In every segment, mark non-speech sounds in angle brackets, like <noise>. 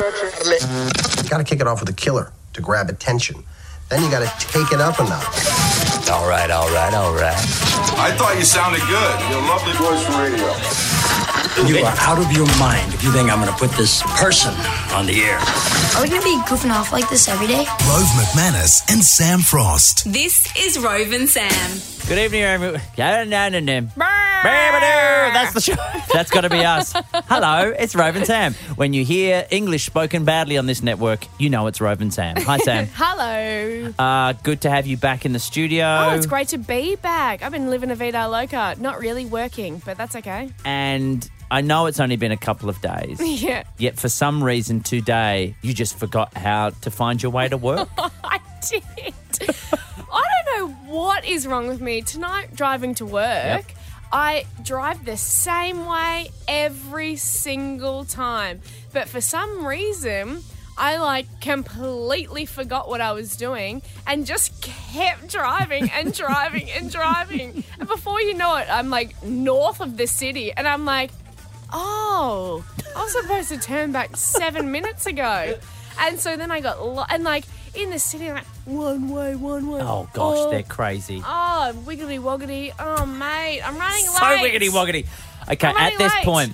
You gotta kick it off with a killer to grab attention. Then you gotta take it up a notch. All right, all right, all right. I thought you sounded good. Your lovely voice for radio. You are out of your mind if you think I'm going to put this person on the air. Are we gonna be goofing off like this every day? Rove McManus and Sam Frost. This is Rove and Sam. Good evening, everyone. That's the show. <laughs> That's got to be us. Hello, it's Roven Sam. When you hear English spoken badly on this network, you know it's Roven Sam. Hi, Sam. Hello. Uh, good to have you back in the studio. Oh, it's great to be back. I've been living a vida loca, not really working, but that's okay. <laughs> And I know it's only been a couple of days. Yeah. Yet for some reason today, you just forgot how to find your way to work. I did. I don't know what is wrong with me. Tonight, driving to work, I drive the same way every single time. But for some reason, I like completely forgot what I was doing and just kept driving and driving and driving. And before you know it, I'm like north of the city and I'm like, oh, I was supposed to turn back seven minutes ago. And so then I got, lo- and like in the city, I'm like, one way, one way. oh, gosh, they're crazy. Oh, wiggly woggity. Oh, mate, I'm running so late. wiggity woggity. Okay, I'm at running this late. point,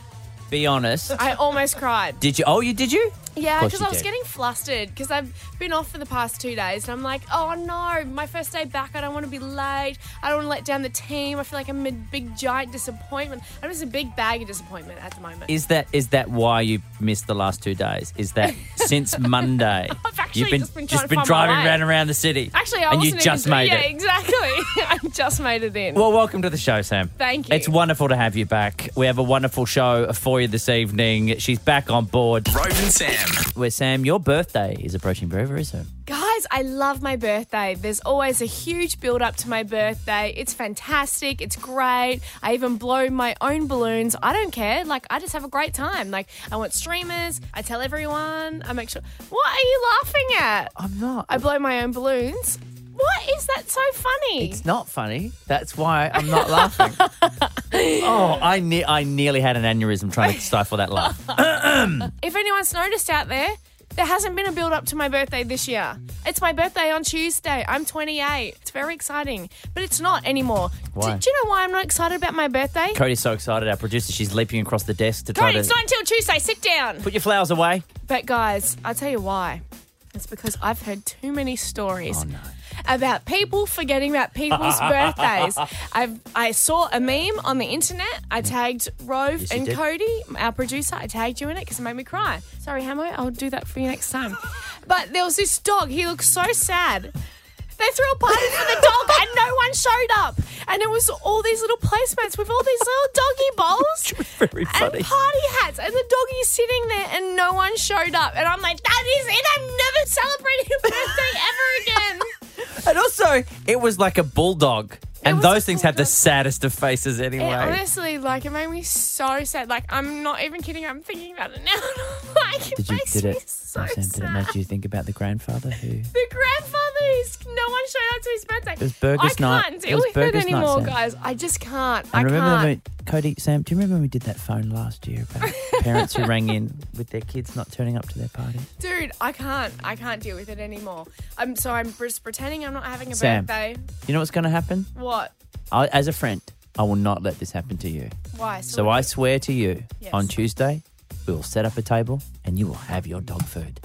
be honest. I <laughs> almost cried. Did you? Oh, you did you? Yeah, course because you I was did. getting flustered because I've been off for the past two days and I'm like, oh no, my first day back, I don't want to be late. I don't want to let down the team. I feel like I'm a big, giant disappointment. I'm just a big bag of disappointment at the moment. Is that is that why you missed the last two days? Is <laughs> that since Monday I've actually you've been just been trying to been find my driving way. around around the city? Actually, I and wasn't you just even, made yeah, it. exactly. <laughs> I just made it in. Well, welcome to the show, Sam. Thank you. It's wonderful to have you back. We have a wonderful show for you this evening. She's back on board. Rove and Sam. Where Sam, your birthday is approaching very, very soon. Guys, I love my birthday. There's always a huge build up to my birthday. It's fantastic. It's great. I even blow my own balloons. I don't care. Like, I just have a great time. Like, I want streamers. I tell everyone. I make sure. What are you laughing at? I'm not. I blow my own balloons. What is that so funny? It's not funny. That's why I'm not laughing. <laughs> oh, I ne- I nearly had an aneurysm trying to stifle that laugh. <laughs> if anyone's noticed out there, there hasn't been a build up to my birthday this year. It's my birthday on Tuesday. I'm 28. It's very exciting, but it's not anymore. Why? Do, do you know why I'm not excited about my birthday? Cody's so excited. Our producer, she's leaping across the desk to try Cody, to it's not until Tuesday. Sit down. put your flowers <laughs> away. But guys, I'll tell you why. It's because I've heard too many stories Oh no. about people forgetting about <laughs> people's birthdays. I've I saw a meme on the internet. I tagged Rove Yes, you and did. Cody, our producer. I tagged you in it because it made me cry. Sorry, Hamo. I'll do that for you next time. But there was this dog. He looked so sad. They threw a party for the dog and no one showed up. And it was all these little placemats with all these little doggy <laughs> bowls Very funny. and party hats. And the doggie's sitting there and no one showed up. And I'm like, that is it. I'm never celebrating a birthday ever <laughs> again. And also, it was like a bulldog. And was a those things have the bulldog. saddest of faces anyway. It honestly, like, it made me so sad. Like, I'm not even kidding. I'm thinking about it now. <laughs> like, it did you makes did me it, so Sam, did it sad. make you think about the grandfather who The grandfather who's no one showed up to his birthday. It was burgers I night. can't It deal was with it burgers night, anymore, Sam. guys. I just can't. I, I remember can't. when we- Cody, Sam, do you remember when we did that phone last year <laughs> about parents who rang in with their kids not turning up to their party? Dude, I can't. I can't deal with it anymore. I'm so I'm just pretending I'm not having a Sam. birthday. You know what's going to happen? What? I, as a friend, I will not let this happen to you. Why? So I swear to you, Yes. on Tuesday, we will set up a table and you will have your <laughs> dog food.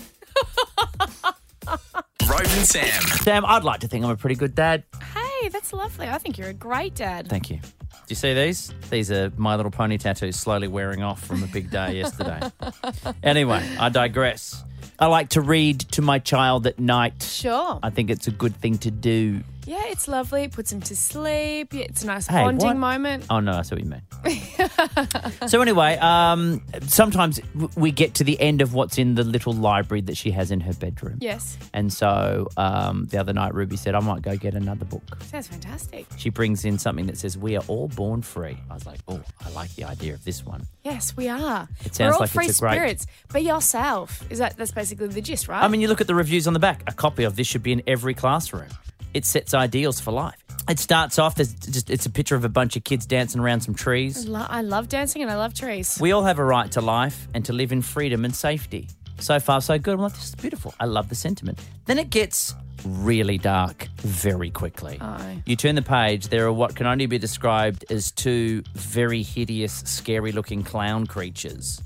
Rove and Sam. Sam, I'd like to think I'm a pretty good dad. Hey, that's lovely. I think you're a great dad. Thank you. Do you see these? These are My Little Pony tattoos slowly wearing off from a big day yesterday. <laughs> anyway, I digress. I like to read to my child at night. Sure. I think it's a good thing to do. Yeah, it's lovely. It puts him to sleep. Yeah, it's a nice Hey, bonding what? moment. Oh no, I see what you mean. <laughs> so anyway, um, sometimes w- we get to the end of what's in the little library that she has in her bedroom. Yes. And so um, the other night, Ruby said, "I might go get another book." Sounds fantastic. She brings in something that says, "We are all born free." I was like, "Oh, I like the idea of this one." Yes, we are. It We're sounds all like it's free a great- spirits. Be yourself. Is that that's basically the gist, right? I mean, you look at the reviews on the back. A copy of this should be in every classroom. It sets ideals for life. It starts off there's just it's a picture of a bunch of kids dancing around some trees. Lo- I love dancing and I love trees. We all have a right to life and to live in freedom and safety. So far, so good. I'm like, this is beautiful. I love the sentiment. Then it gets really dark very quickly. You turn the page, there are what can only be described as two very hideous, scary looking clown creatures.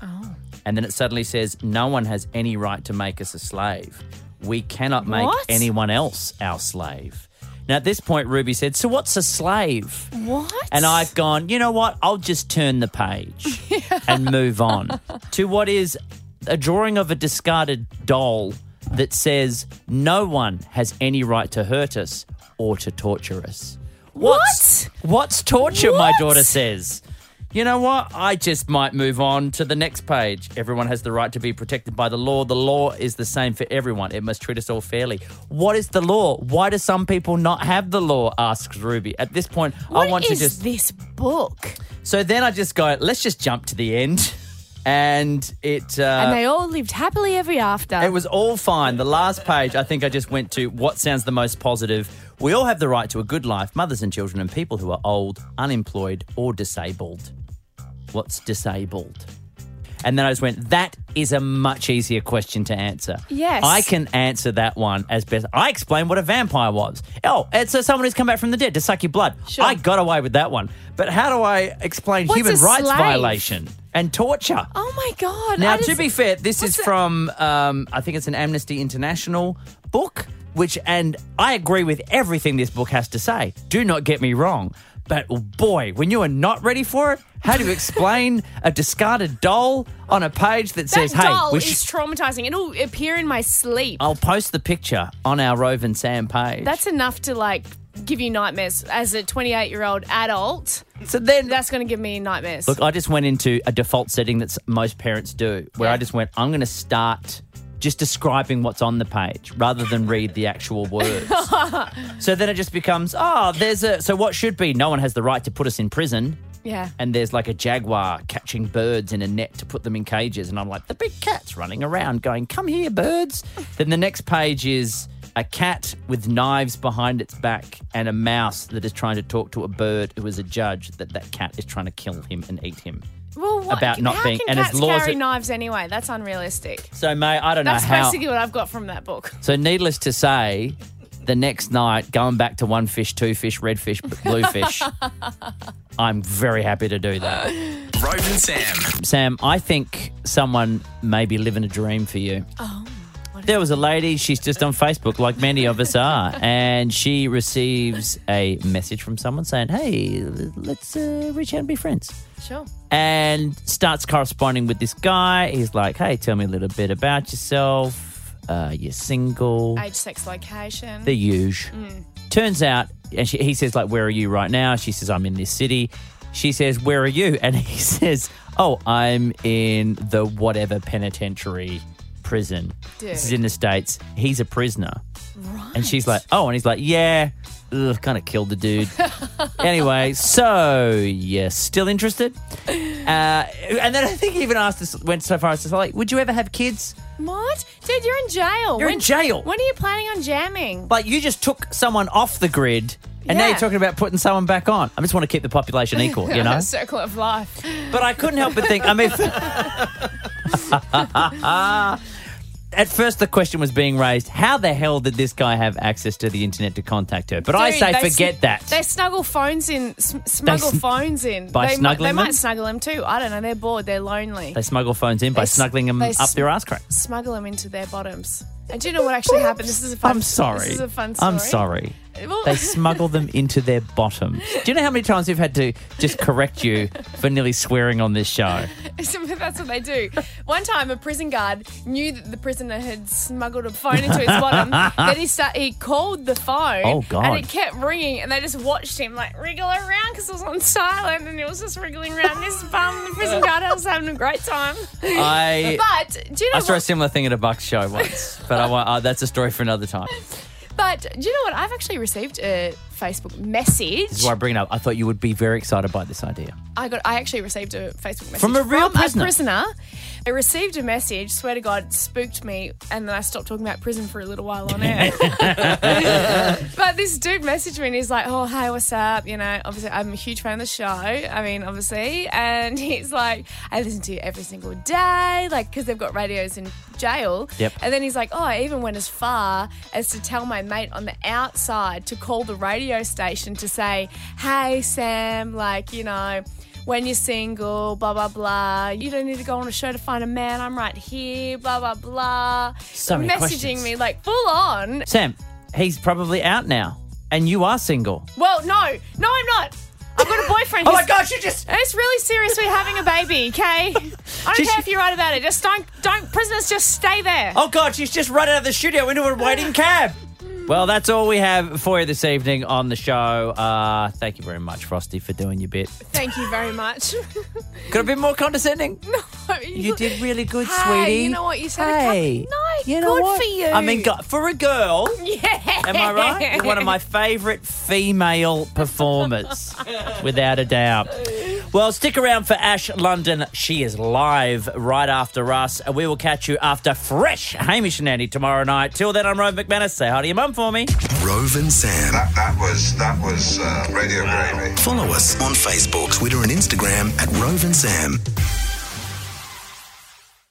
And then it suddenly says, No one has any right to make us a slave. We cannot make What? anyone else our slave. Now, at this point, Ruby said, So what's a slave? What? And I've gone, you know what? I'll just turn the <laughs> page and move on to what is a drawing of a discarded doll that says, No one has any right to hurt us or to torture us. What's, What's torture, my What? daughter says. You know what? I just might move on to the next page. Everyone has the right to be protected by the law. The law is the same for everyone. It must treat us all fairly. What is the law? Why do some people not have the law? asks Ruby. At this point, What I want is to just this book? so then I just go, let's just jump to the end. And it uh, and they all lived happily ever after. it was all fine. The last page, I think I just went to what sounds the most positive. We all have the right to a good life, mothers and children and people who are old, unemployed, or disabled. What's disabled? And then I just went, that is a much easier question to answer. Yes. I can answer that one as best. I explained what a vampire was. Oh, it's uh, someone who's come back from the dead to suck your blood. Sure. I got away with that one. But how do I explain What's human a rights slave? violation and torture? oh my god! Now, I just- to be fair, this is What's it- from um, I think it's an Amnesty International book, which and I agree with everything this book has to say. Do not get me wrong, but boy, when you are not ready for it, how do you explain a discarded doll on a page that, that says, "Hey, doll we is should- traumatizing. It'll appear in my sleep. I'll post the picture on our Rove and Sam page." That's enough to like give you nightmares as a 28 year old adult. so then That's going to give me nightmares. Look, I just went into a default setting that most parents do, where I just went, I'm going to start just describing what's on the page rather than read the actual words. so then it just becomes, oh, there's a. So what should be? No one has the right to put us in prison. yeah. And there's like a jaguar catching birds in a net to put them in cages. And I'm like, the big cat's running around going, come here, <laughs> birds. then the next page is a cat with knives behind its back and a mouse that is trying to talk to a bird who is a judge that that cat is trying to kill him and eat him. well, what, about not how being- can and as cats laws carry that- knives anyway? That's unrealistic. So, mate, I don't That's know how. basically what I've got from that book. So, needless to say, the next night, going back to one fish, two fish, red fish, b- blue <laughs> fish, I'm very happy to do that. Rove and Sam. Sam, I think someone may be living a dream for you. Oh. There was a lady, she's just on Facebook, like many of us <laughs> are, and she receives a message from someone saying, Hey, l- let's uh, reach out and be friends Sure. and starts corresponding with this guy. He's like, "Hey, tell me a little bit about yourself. Uh, you're single, Age, sex, location. the huge." Turns out, and she, he says, "Like, where are you right now?" She says, "I'm in this city." She says, "Where are you?" And he <laughs> says, "Oh, I'm in the whatever penitentiary prison. This is Dude. in the states. He's a prisoner." And she's like, oh, and he's like, yeah, ugh, kind of killed the dude. anyway, so yeah, still interested. Uh, and then I think he even asked us, went so far as to say, like, would you ever have kids? what? Dude, you're in jail. You're in jail. When are you planning on jamming? Like, you just took someone off the grid. And now Yeah. you're talking about putting someone back on. I just want to keep the <laughs> population equal, you know? Circle of life. But I couldn't help but think. I mean, <laughs> at first the question was being raised: How the hell did this guy have access to the internet to contact her? But I Dude, say, they forget sn- that. They snuggle phones in. Sm- smuggle sn- phones in. by they snuggling might, They them? might snuggle them too. I don't know. They're bored. They're lonely. They smuggle phones in by They s- snuggling them they up s- their ass crack. smuggle them into their bottoms. And do you know what actually happened? This is a fun. I'm sorry. This is a fun story. I'm sorry. Well- They smuggle them into their bottom. Do you know how many times we've had to just correct you for nearly swearing on this show? <laughs> <laughs> That's what they do. One time, a prison guard knew that the prisoner had smuggled a phone into <laughs> his bottom. then he start, he called the phone. Oh, God. And it kept ringing, and they just watched him like wriggle around because it was on silent, and it was just wriggling around his bum. The <laughs> prison guard was having a great time. I But do you know? I saw a what- similar thing at a Bucks show once, but I, won't- uh, that's a story for another time. But do you know what? I've actually received a Facebook message. This is why I bring it up. I thought you would be very excited by this idea. I got. I actually received a Facebook message From a real prisoner? prisoner. I received a message. Swear to God, spooked me, and then I stopped talking about prison for a little while <laughs> on air. but this dude messaged me and he's like, "Oh, hey, what's up? You know, obviously I'm a huge fan of the show. I mean, obviously." And <laughs> he's like, "I listen to you every single day, like because they've got radios in jail." Yep. And then he's like, "Oh, I even went as far as to tell my mate on the outside to call the radio station to say, "Hey, Sam, like you know." when you're single, blah blah blah. You don't need to go on a show to find a man. I'm right here, blah blah blah. So many messaging questions. me like full on. Sam, he's probably out now, and you are single. Well, no, no, I'm not. I've got a boyfriend. <laughs> Oh my He's- gosh, you just. It's really serious. We're having a <laughs> baby, okay? I don't Just- care if you're right about it. Just don't, don't. Prisoners, just stay there. Oh God, she's just run out of the studio into a waiting cab. Well, that's all we have for you this evening on the show. Uh, thank you very much, Frosty, for doing your bit. Thank you very much. <laughs> Could have been more condescending. You did really good, Hey, sweetie. you know what? You said a couple- hey, No, you know good what? for you. I mean, go- for a girl, <laughs> Yeah. am I right? You're one of my favourite female performers, without a doubt. Well, stick around for Ash London. She is live right after us, and we will catch you after fresh Hamish and Andy tomorrow night. Till then, I'm Rove McManus. Say hi to your mum for me. Rove and Sam. That, that was that was uh, radio gravy. Follow us on Facebook, Twitter, and Instagram at Rove and Sam.